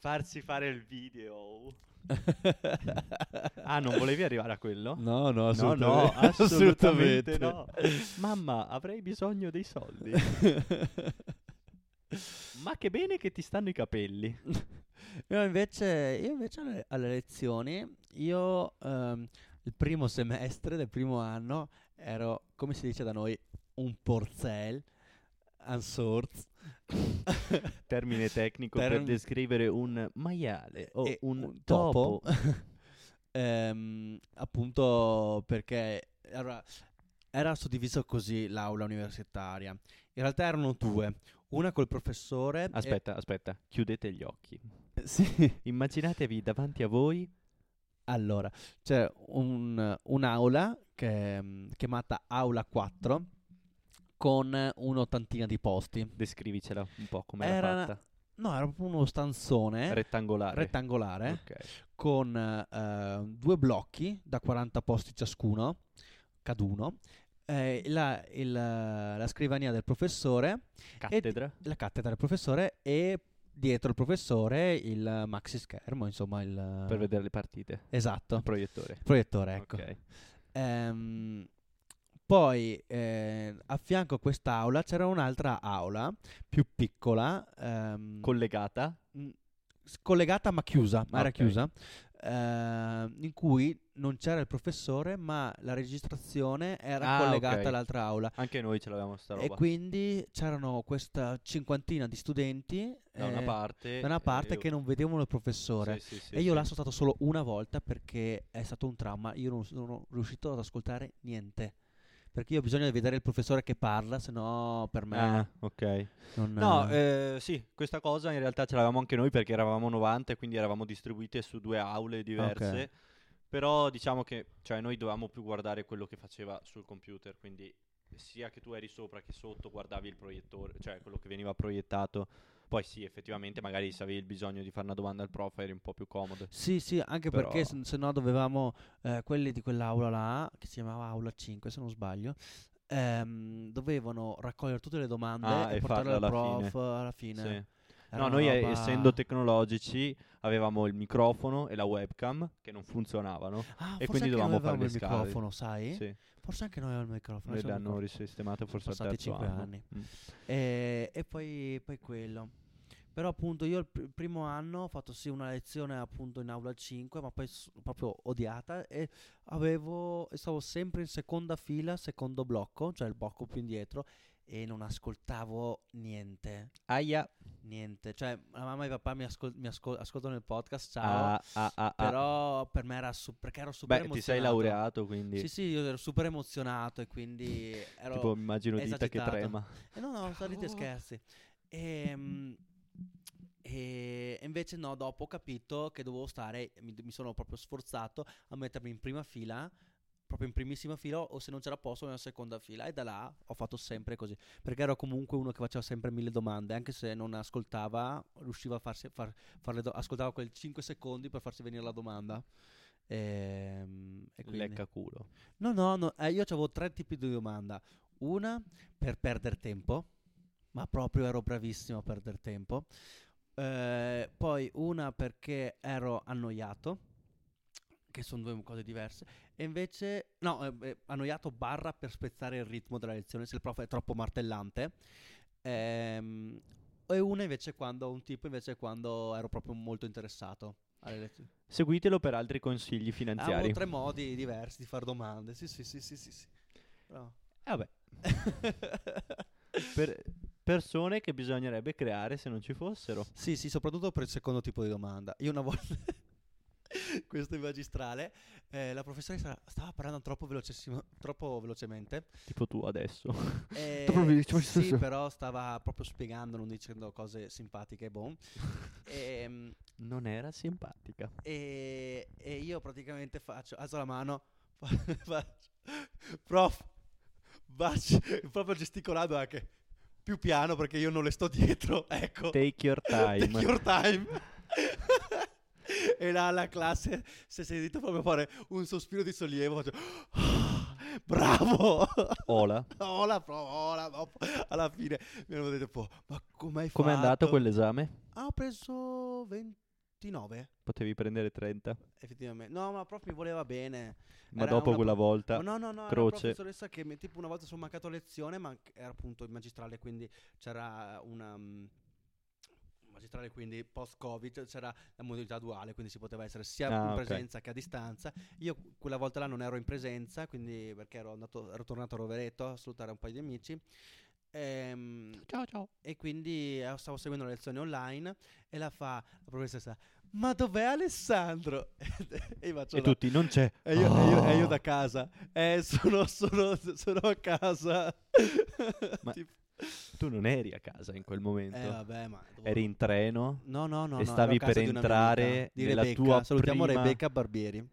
B: farsi fare il video. Ah, non volevi arrivare a quello?
A: No, no,
B: no,
A: assolutamente.
B: no, assolutamente
A: Assolutamente.
B: no. Mamma, avrei bisogno dei soldi. Ma che bene che ti stanno i capelli.
A: Io invece, io invece alle, alle lezioni, io ehm, il primo semestre del primo anno ero, come si dice da noi, un porzel, un sorts.
B: Termine tecnico
A: Term-
B: per descrivere un maiale o
A: e
B: Oh, un,
A: topo.
B: topo.
A: Ehm, appunto perché allora, era suddiviso così l'aula universitaria. In realtà erano due, una col professore. e-
B: Aspetta, aspetta, chiudete gli occhi.
A: sì.
B: Immaginatevi davanti a voi
A: Allora, c'è un- un'aula che, mm, chiamata Aula 4 con un'ottantina di posti.
B: Descrivicela un po' come era
A: Era
B: fatta.
A: No, era proprio uno stanzone
B: Rettangolare.
A: rettangolare eh?
B: Ok.
A: con eh, due blocchi da 40 posti ciascuno, caduno, eh, la, il- la scrivania del professore,
B: Cattedra.
A: la cattedra del professore e dietro il professore il maxi schermo, insomma il...
B: per vedere le partite.
A: Esatto,
B: Il proiettore.
A: proiettore, Ah. ecco.
B: Ok.
A: Ehm, poi eh, a fianco a quest'aula c'era un'altra aula più piccola, ehm,
B: Collegata.
A: mh, s- collegata ma chiusa, ma era
B: Ok.
A: chiusa, ehm, in cui non c'era il professore ma la registrazione era
B: Ah,
A: collegata
B: ok.
A: all'altra aula.
B: Anche noi ce l'avevamo sta
A: E
B: roba.
A: quindi c'erano questa cinquantina di studenti
B: da una
A: eh,
B: parte.
A: da una parte
B: eh,
A: che non vedevano il professore.
B: Sì, sì, sì,
A: e io
B: sì.
A: là sono stato solo una volta perché è stato un dramma. Io non sono riuscito ad ascoltare niente. Perché io ho bisogno di vedere il professore che parla, se no per me
B: Ah, ok.
A: non.
B: No,
A: Ehm.
B: eh, sì, questa cosa in realtà ce l'avevamo anche noi perché eravamo 90 e quindi eravamo distribuite su due aule diverse. Però diciamo che cioè, noi dovevamo più guardare quello che faceva sul computer, quindi sia che tu eri sopra che sotto guardavi il proiettore, cioè quello che veniva proiettato. Poi sì, effettivamente magari se avevi il bisogno di fare una domanda al prof eri un po' più comodo.
A: Sì, sì, anche
B: però-
A: perché se, se no dovevamo. eh, quelli di quell'aula là, che si chiamava Aula 5, se non sbaglio. ehm, dovevano raccogliere tutte le domande
B: Ah,
A: e
B: e
A: portarle al
B: farle alla
A: prof
B: fine.
A: alla fine.
B: Sì.
A: Era
B: No,
A: una
B: noi eh,
A: roba-
B: essendo tecnologici avevamo il microfono e la webcam che non funzionavano.
A: Ah, forse
B: e quindi
A: anche noi
B: dovevamo fare
A: avevamo
B: le
A: il
B: scale.
A: microfono, sai?
B: Sì,
A: Forse anche noi avevamo il microfono.
B: noi
A: adesso non
B: l'hanno
A: ricordo.
B: risistemato forse al
A: passati
B: terzo
A: cinque
B: anno.
A: anni.
B: Mm.
A: E, e poi, poi quello. Però appunto io il pr- primo anno ho fatto sì una lezione appunto in aula 5, ma poi s- proprio odiata e avevo, e stavo sempre in seconda fila, secondo blocco, cioè il blocco più indietro e non ascoltavo niente,
B: Aia.
A: niente. Cioè la mamma e papà mi, ascol- mi ascol- ascoltano il podcast, ciao,
B: Ah, ah, ah, ah.
A: però per me era su- perché ero super
B: Beh, ti sei
A: emozionato.
B: laureato, quindi
A: Sì, sì, io ero super emozionato e quindi ero
B: tipo immagino dita che
A: esagitato.
B: trema.
A: eh no, no, sono ridi e
B: Oh.
A: scherzi. Ehm, E, e invece no, dopo ho capito che dovevo stare, mi, mi sono proprio sforzato a mettermi in prima fila, proprio in primissima fila o se non c'era posto nella seconda fila e da là ho fatto sempre così, perché ero comunque uno che faceva sempre mille domande, anche se non ascoltava, riusciva a farsi, far, farle do- ascoltava quel 5 secondi per farsi venire la domanda. Ehm, e quindi-
B: Lecca culo.
A: No, no, no, eh, io avevo tre tipi di domanda. Una per perdere tempo, ma proprio ero bravissimo a perdere tempo. Eh, poi una perché ero annoiato, che sono due cose diverse. E invece, no, eh, eh, annoiato barra per spezzare il ritmo della lezione se il prof è troppo martellante. Ehm, e una invece quando, un tipo invece quando ero proprio molto interessato alle lezioni.
B: Seguitelo per altri consigli
A: Avevo
B: finanziari.
A: tre modi diversi di fare domande. Sì, sì, sì, sì, sì. sì. Bravo.
B: Eh, vabbè, per persone che bisognerebbe creare se non ci fossero.
A: Sì, sì, soprattutto per il secondo tipo di domanda. Io una volta, questo in magistrale, eh, la professoressa stava parlando troppo, velocissimo- troppo velocemente.
B: Tipo tu adesso.
A: eh,
B: Troppo veloce,
A: sì,
B: sì.
A: però stava proprio spiegando, non dicendo cose simpatiche, boh. Ehm,
B: Non era simpatica.
A: e, e io praticamente faccio, alzo la mano, fa- faccio, prof, baci, proprio gesticolando anche più piano perché io non le sto dietro, ecco.
B: Take your time.
A: Take your time. e là la classe si è sentito proprio fare un sospiro di sollievo. faccio, "Ah, Bravo!
B: Ola,
A: Ola, pro- ola, no. alla fine mi hanno detto, "Po, ma come hai
B: com'è andato
A: fatto?"
B: quell'esame?
A: Ah, ho preso 29,
B: Potevi prendere 30,
A: effettivamente. No, ma prof mi voleva bene.
B: ma
A: Era
B: dopo
A: una
B: quella volta.
A: Ma no, no, no,
B: croce.
A: era una professoressa che mi- tipo una volta sono mancato a lezione, ma era appunto in magistrale, quindi c'era una mm, magistrale quindi post-covid c'era la modalità duale quindi si poteva essere sia
B: Ah,
A: in
B: ok.
A: presenza che a distanza io quella volta là non ero in presenza quindi perché ero, andato, ero tornato a Rovereto a salutare un paio di amici Ehm,
B: Ciao, ciao.
A: e quindi eh, stavo seguendo le lezioni online e la fa la professoressa ma dov'è Alessandro? e io faccio
B: E
A: la-
B: tutti, non c'è.
A: e io, e io- e io
B: Ah.
A: da casa. Eh, sono, sono- sono a casa.
B: Ma-
A: Tipo-
B: Tu non eri a casa in quel momento.
A: eh, vabbè, ma...
B: Eri in treno.
A: No, no, no.
B: e
A: no,
B: stavi
A: ero a casa
B: per
A: di un'amica,
B: entrare
A: di
B: nella
A: Rebecca.
B: tua
A: Salutiamo
B: prima-
A: Rebecca Barbieri.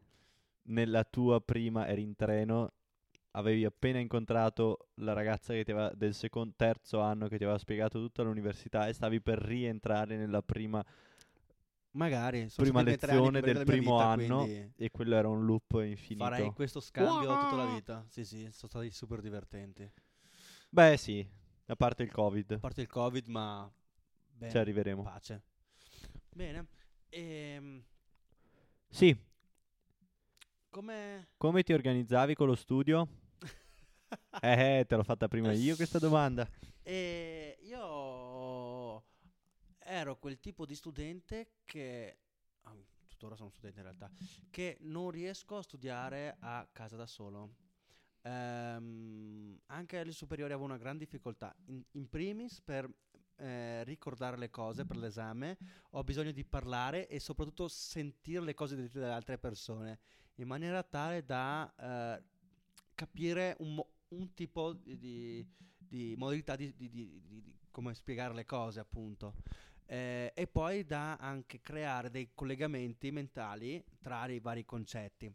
B: Nella tua prima eri in treno. Avevi appena incontrato la ragazza che ti aveva- del secondo, terzo anno che ti aveva spiegato tutta l'università e stavi per rientrare nella prima
A: Magari. sono stati
B: prima
A: i miei tre anni più
B: lezione
A: belli
B: del
A: della mia
B: primo
A: vita,
B: anno
A: quindi
B: e quello era un loop infinito.
A: Farei questo scambio
B: Wow.
A: tutta la vita. Sì, sì, sono stati super divertenti. A
B: Beh, sì, a parte il Covid,
A: parte il Covid, ma... Bene,
B: ci arriveremo.
A: pace. Bene. Ehm,
B: Sì,
A: come...
B: come ti organizzavi con lo studio? Eh, eh, te l'ho fatta prima io questa domanda.
A: E Eh, io ero quel tipo di studente che, ah, tuttora sono studente in realtà, che non riesco a studiare a casa da solo. Ehm, anche alle superiori avevo una gran difficoltà, in, in primis per eh, ricordare le cose per l'esame, ho bisogno di parlare e soprattutto sentire le cose dette dalle altre persone in maniera tale da eh, capire un, mo- un tipo di- di, di modalità di, di- di- di- di come spiegare le cose, appunto. Eh, e poi da anche creare dei collegamenti mentali tra i vari concetti.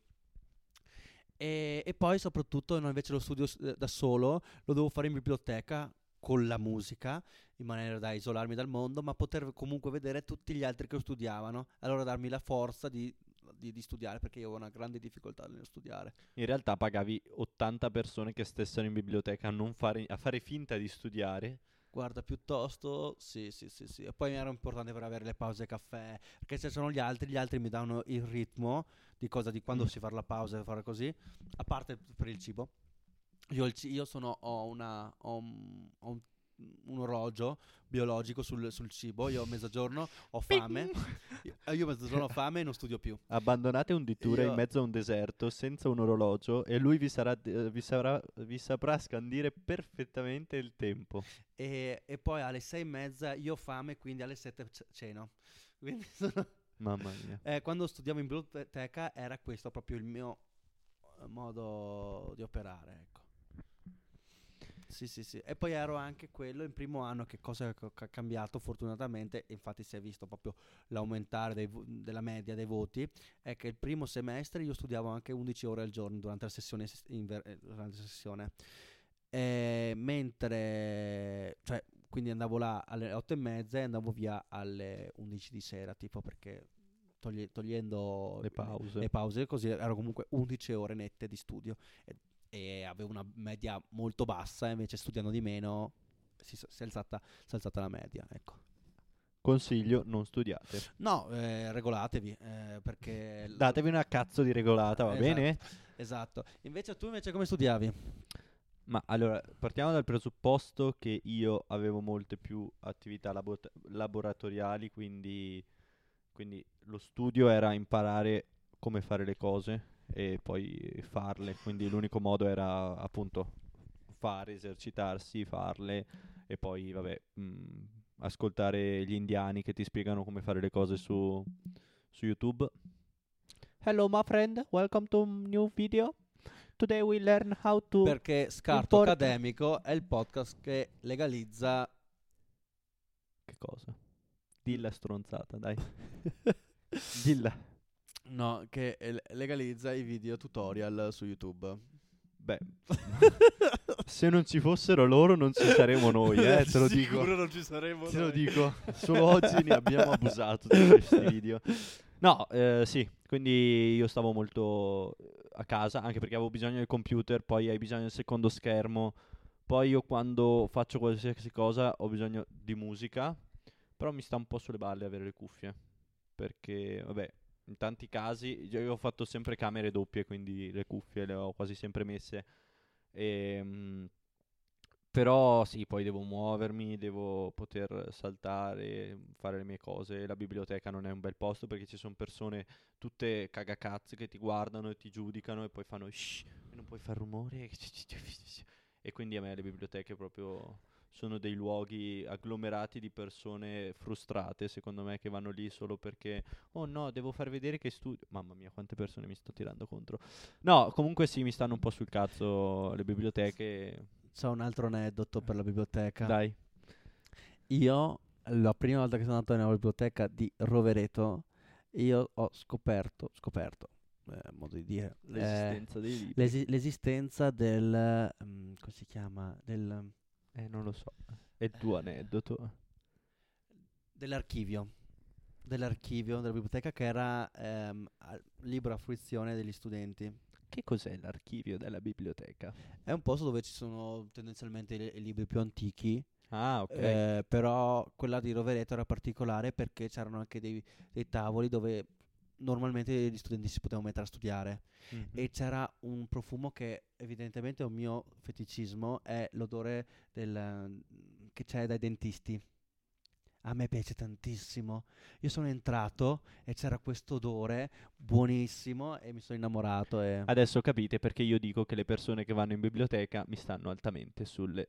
A: E, e poi soprattutto no, invece lo studio s- eh, da solo lo devo fare in biblioteca con la musica in maniera da isolarmi dal mondo ma poter comunque vedere tutti gli altri che studiavano allora darmi la forza di, di- di studiare perché io ho una grande difficoltà nello studiare
B: In realtà pagavi 80 persone che stessero in biblioteca a, non fare, a fare finta di studiare.
A: Guarda, piuttosto sì, sì, sì, sì. E poi mi era importante per avere le pause caffè, perché se sono gli altri, gli altri mi danno il ritmo di cosa, di quando
B: Mm.
A: si fa la pausa e fare così, a parte per il cibo. Io, il ci- io sono, ho, una, ho, un, ho un- un orologio biologico sul, sul cibo, io a mezzogiorno ho fame, io, io a mezzogiorno ho fame e non studio più.
B: Abbandonate un dittura
A: Io-
B: in mezzo a un deserto senza un orologio e lui vi, sarà, eh, vi, sarà, vi saprà scandire perfettamente il tempo.
A: E, e poi alle sei e mezza io ho fame, quindi alle sette c- ceno. Quindi sono...
B: Mamma mia.
A: Eh, quando studiavo in biblioteca era questo proprio il mio eh, modo di operare, ecco. Sì, sì, sì. E poi ero anche quello in primo anno che cosa che ho ca- cambiato fortunatamente, e infatti si è visto proprio l'aumentare dei vo- della media dei voti, è che il primo semestre io studiavo anche 11 ore al giorno durante la sessione, s- inver- eh, durante la sessione. Eh, mentre cioè, quindi andavo là alle 8 e mezza e andavo via alle 11 di sera tipo perché toglie- togliendo
B: Le pause.
A: le pause così erano comunque 11 ore nette di studio e, e avevo una media molto bassa invece studiando di meno si, s- si è alzata, si è alzata la media ecco
B: Consiglio, non studiate.
A: No, eh, regolatevi, eh, perché... l-
B: Datevi una cazzo di regolata, va
A: Esatto.
B: bene?
A: Esatto. Invece tu invece come studiavi?
B: Ma allora, partiamo dal presupposto che io avevo molte più attività labo- laboratoriali, quindi, quindi lo studio era imparare come fare le cose e poi farle, quindi l'unico modo era appunto fare, esercitarsi, farle e poi, vabbè, mh, ascoltare gli indiani che ti spiegano come fare le cose su, su YouTube. Hello my friend, welcome to new video. Today we learn how to...
A: Perché Scarto
B: porca-
A: Accademico è il podcast che legalizza...
B: Che cosa? Dilla stronzata, dai. Dilla.
A: No, che eh, legalizza i video tutorial su YouTube.
B: Beh, se non ci fossero loro non ci saremmo noi, eh, te lo dico.
A: Sicuro non ci saremo
B: Te lo
A: noi.
B: dico, solo oggi ne abbiamo abusato di questi video. No, eh, sì, quindi io stavo molto eh, a casa, anche perché avevo bisogno del computer, poi hai bisogno del secondo schermo, poi io quando faccio qualsiasi cosa ho bisogno di musica, però mi sta un po' sulle balle avere le cuffie, perché vabbè, in tanti casi io ho fatto sempre camere doppie, quindi le cuffie le ho quasi sempre messe. Ehm, però sì, poi devo muovermi, devo poter saltare, fare le mie cose. La biblioteca non è un bel posto perché ci sono persone tutte cagacazze che ti guardano e ti giudicano e poi fanno shh, e non puoi fare rumore. E quindi a me le biblioteche proprio sono dei luoghi agglomerati di persone frustrate, secondo me, che vanno lì solo perché oh no, devo far vedere che studio. Mamma mia, quante persone mi sto tirando contro. No, comunque sì, mi stanno un po' sul cazzo le biblioteche.
A: C'è un altro aneddoto per la biblioteca.
B: Dai.
A: Io, la prima volta che sono andato nella biblioteca di Rovereto, io ho scoperto, scoperto, eh, modo di dire, eh,
B: L'esistenza dei libri.
A: l'esi- l'esistenza del, mm, come si chiama, del,
B: Eh, non lo so. È il tuo aneddoto.
A: dell'archivio, dell'archivio della biblioteca che era ehm, a- libera fruizione degli studenti.
B: Che cos'è l'archivio della biblioteca?
A: È un posto dove ci sono tendenzialmente i i libri più antichi,
B: Ah, ok.
A: eh, però quella di Rovereto era particolare perché c'erano anche dei, dei tavoli dove normalmente gli studenti si potevano mettere a studiare
B: Mhm.
A: e c'era un profumo che evidentemente è un mio feticismo, è l'odore del, mm, che c'è dai dentisti. A me piace tantissimo. Io sono entrato e c'era questo odore buonissimo e mi sono innamorato. E...
B: Adesso capite perché io dico che le persone che vanno in biblioteca mi stanno altamente sulle...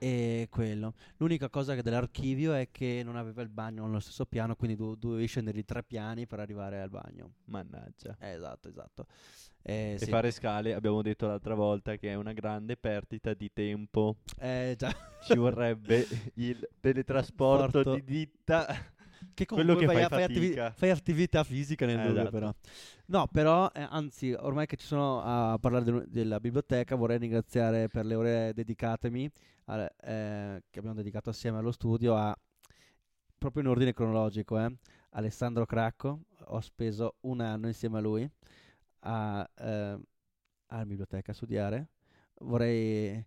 A: E quello. L'unica cosa che dell'archivio è che non aveva il bagno nello stesso piano, quindi do- dovevi scendere di tre piani per arrivare al bagno.
B: Mannaggia.
A: Eh, esatto, esatto. Eh,
B: E
A: sì.
B: fare scale, abbiamo detto l'altra volta, che è una grande perdita di tempo.
A: Eh, già.
B: Ci vorrebbe il teletrasporto
A: Porto.
B: di ditta.
A: Che
B: Quello
A: comunque
B: che fai
A: a- attivi-
B: fatica.
A: fai attività fisica nel
B: Eh,
A: dubbio,
B: esatto.
A: però. No, però, eh, anzi, ormai che ci sono a parlare del- della biblioteca, vorrei ringraziare per le ore dedicatemi, al- eh, che abbiamo dedicato assieme allo studio, a, proprio in ordine cronologico, eh, Alessandro Cracco, ho speso un anno insieme a lui a, eh, alla biblioteca a studiare. Vorrei...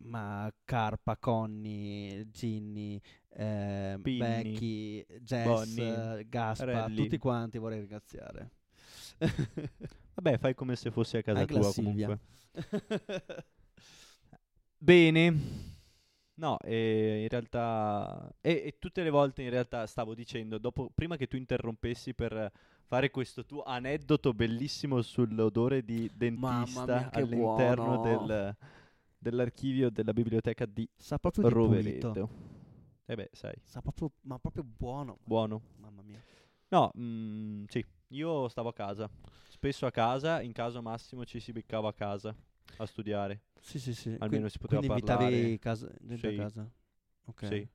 A: Ma Carpa, Conny, Ginny, eh,
B: Pinni.
A: Becky, Becky, Jess,
B: Bonnie,
A: eh, Gaspa,
B: Relli.
A: tutti quanti vorrei ringraziare.
B: Vabbè, fai come se fossi a casa
A: Anche la
B: tua
A: Silvia.
B: comunque. Bene. No, e in realtà... E, e tutte le volte in realtà stavo dicendo, dopo, prima che tu interrompessi per fare questo tuo aneddoto bellissimo sull'odore di
A: Mamma
B: dentista
A: mia, che
B: all'interno
A: buono.
B: del- dell'archivio della biblioteca di
A: Sa proprio di pulito.
B: Rovereto. E beh, sai,
A: Sa proprio, ma proprio buono.
B: buono.
A: Mamma mia.
B: No, mm, sì, io stavo a casa, spesso a casa, in caso massimo ci si beccava a casa a studiare.
A: Sì, sì, sì.
B: Almeno
A: Quindi-
B: si poteva
A: quindi
B: parlare.
A: invitavi casa, gente
B: Sì.
A: a casa. Ok.
B: Sì.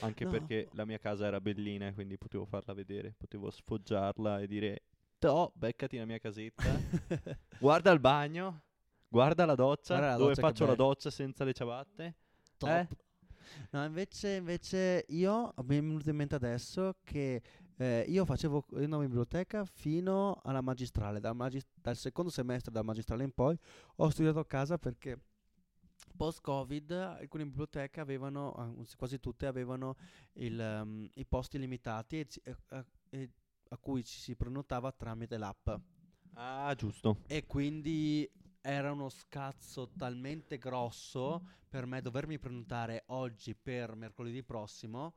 B: Anche
A: No.
B: perché la mia casa era bellina, quindi potevo farla vedere, potevo sfoggiarla e dire: Toh, beccati la mia casetta, guarda il bagno, guarda la doccia,
A: Guarda la doccia
B: dove
A: che
B: faccio la
A: bella."
B: doccia senza le ciabatte.
A: Top.
B: Eh?
A: No, invece, invece io mi è venuto in mente adesso che eh, io facevo io andavo in biblioteca fino alla magistrale, dal, magis- dal secondo semestre dalla magistrale in poi ho studiato a casa perché post-Covid alcune biblioteche avevano, anzi quasi tutte avevano il, ehm, i posti limitati e ci- e- a, e a cui ci si prenotava tramite l'app.
B: Ah, giusto.
A: E quindi era uno scazzo talmente grosso per me dovermi prenotare oggi per mercoledì prossimo,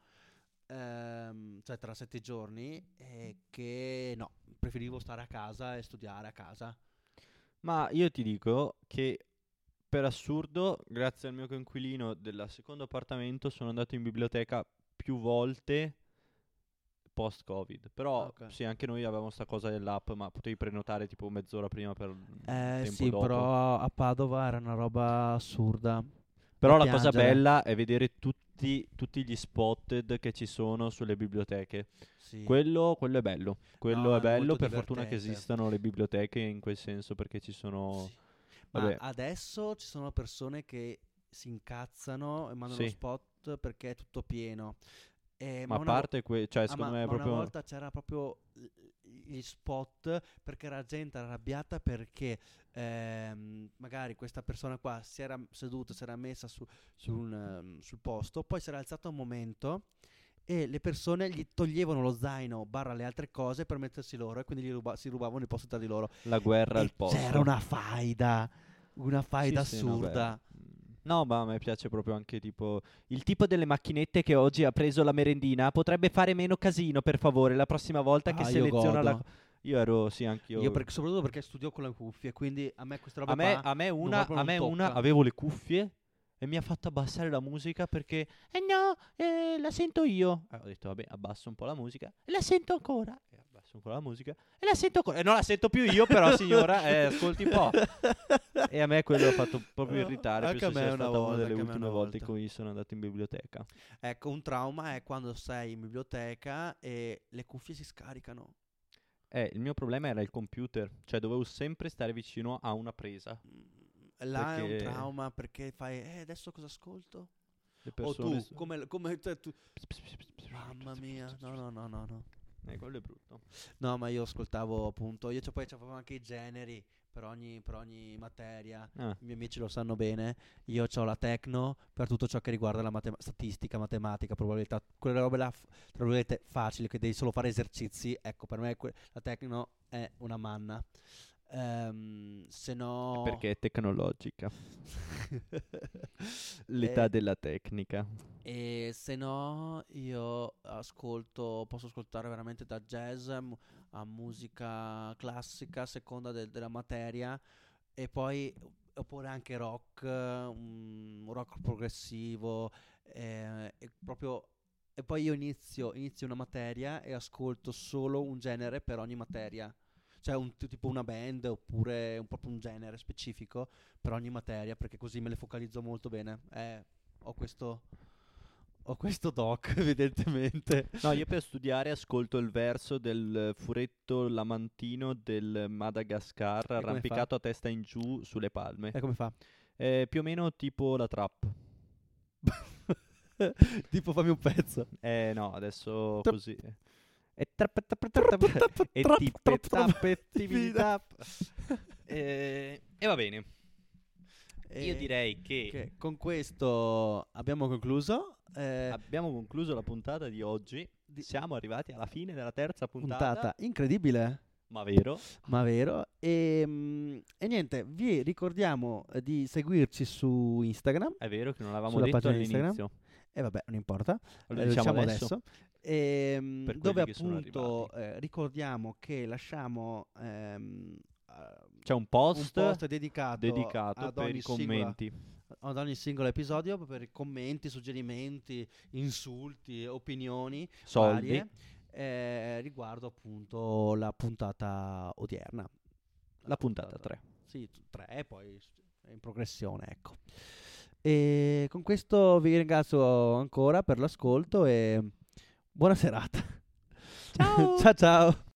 A: ehm, cioè tra sette giorni, eh, che no, preferivo stare a casa e studiare a casa.
B: Ma io ti dico che per assurdo, grazie al mio coinquilino del secondo appartamento, sono andato in biblioteca più volte post-Covid. Però
A: Ah, Ok.
B: sì, anche noi avevamo sta cosa dell'app, ma potevi prenotare tipo mezz'ora prima per il
A: Eh
B: tempo
A: sì,
B: dopo.
A: però a Padova era una roba assurda.
B: Però
A: da
B: la cosa
A: piangere.
B: bella è vedere tutti, tutti gli spotted che ci sono sulle biblioteche.
A: Sì.
B: Quello, quello è bello. Quello
A: No,
B: è
A: è
B: bello.
A: molto
B: Per fortuna che
A: divertente.
B: esistano le biblioteche in quel senso, perché ci sono.
A: Sì. Ma
B: Vabbè.
A: adesso ci sono persone che si incazzano e mandano
B: Sì.
A: spot perché è tutto pieno. Eh,
B: Ma a
A: una vo-
B: parte, que- cioè,
A: Ah,
B: secondo
A: ma,
B: me è
A: ma
B: proprio.
A: una volta c'era proprio l- gli spot perché era gente arrabbiata perché ehm, magari questa persona qua si era seduta, si era messa su, su un, ehm, sul posto, poi si era alzato un momento e le persone gli toglievano lo zaino barra le altre cose per mettersi loro e quindi gli ruba- si rubavano il posto tra di loro.
B: La guerra
A: E
B: al posto.
A: c'era una faida, una faida
B: Sì, sì, no,
A: assurda.
B: beh. mm. No, ma a me piace proprio anche tipo il tipo delle macchinette che oggi ha preso la merendina potrebbe fare meno casino, per favore, la prossima volta che
A: Ah, io
B: seleziona la
A: godo.
B: Io ero sì, anch'io.
A: Io perché- soprattutto perché studio con le cuffie, quindi a me questa roba
B: a me,
A: qua
B: a me una,
A: proprio
B: a
A: non
B: me una
A: tocca.
B: avevo le cuffie e mi ha fatto abbassare la musica perché eh no, eh, la sento io. Eh, ho detto vabbè, abbasso un po' la musica e la sento ancora. E abbasso ancora la musica e la sento ancora. E non la sento più io però signora, eh, ascolti un po'. E a me quello ha fatto proprio irritare.
A: Anche a
B: penso
A: me
B: sia
A: una
B: stata
A: volta,
B: una delle
A: anche a me
B: ultime
A: una
B: volte in
A: volta.
B: cui sono andato in biblioteca.
A: Ecco, un trauma è quando sei in biblioteca e le cuffie si scaricano.
B: Eh, il mio problema era il computer, cioè dovevo sempre stare vicino a una presa.
A: Mm, Là è un
B: Perché-
A: trauma perché fai, eh, adesso cosa ascolto?
B: Le
A: O
B: persone
A: tu, come, come te- tu-
B: s-
A: mamma mia, no, no, no, no, no.
B: Eh, quello è brutto.
A: No, ma io ascoltavo appunto, io c'ho- poi avevo anche i generi per ogni, per ogni materia.
B: Ah.
A: I miei amici lo sanno bene, io ho la tecno per tutto ciò che riguarda la matema- statistica, matematica, probabilità, quelle robe là, f- tra virgolette, facili, che devi solo fare esercizi. Ecco, per me que- la tecno è una manna. Ehm, se no...
B: Perché è tecnologica. L'età
A: Eh,
B: della tecnica.
A: e se no, io ascolto, posso ascoltare veramente da jazz mu- a musica classica, a seconda del- della materia, e poi oppure anche rock, eh, un rock progressivo, eh, e proprio. E poi io inizio, inizio una materia e ascolto solo un genere per ogni materia. Cioè un, t- tipo una band oppure un, proprio un genere specifico per ogni materia, perché così me le focalizzo molto bene. Eh, ho questo, ho questo doc, evidentemente.
B: No, io per studiare ascolto il verso del eh, furetto lamantino del Madagascar
A: come fa?
B: arrampicato a testa in giù sulle palme.
A: E come fa?
B: Eh, più o meno tipo la trap.
A: tipo fammi un pezzo.
B: Eh no, adesso
A: Trap.
B: così. E trap, trap, trap, trap, e
A: trap,
B: tippe,
A: trap, trap,
B: tappe, tipi,
A: tipi,
B: tap. Eh, E va bene. Io
A: E-
B: direi che
A: Eh, che con questo abbiamo concluso. eh,
B: abbiamo concluso la puntata di oggi.
A: Di-
B: Siamo arrivati alla fine della terza puntata.
A: puntata incredibile.
B: Ma vero?
A: Ma vero? E, mm, e niente, vi ricordiamo eh, di seguirci su Instagram.
B: È vero che non l'avevamo
A: Sulla
B: detto
A: pagina Instagram?
B: all'inizio.
A: E vabbè, non importa.
B: Allora
A: eh, lo
B: diciamo
A: diciamo
B: adesso.
A: adesso. E, mm,
B: per
A: dove
B: quelli che sono
A: appunto eh, ricordiamo che lasciamo ehm, eh,
B: C'è un post,
A: un post dedicato,
B: dedicato
A: ad
B: per
A: ogni
B: i
A: singola-
B: commenti.
A: ad ogni singolo episodio per commenti, suggerimenti, insulti, opinioni
B: Soldi.
A: varie, eh, riguardo appunto la puntata odierna.
B: La puntata 3.
A: Sì, t- tre, poi s- è in progressione, ecco. E con questo vi ringrazio ancora per l'ascolto e buona serata.
B: Ciao.
A: ciao ciao.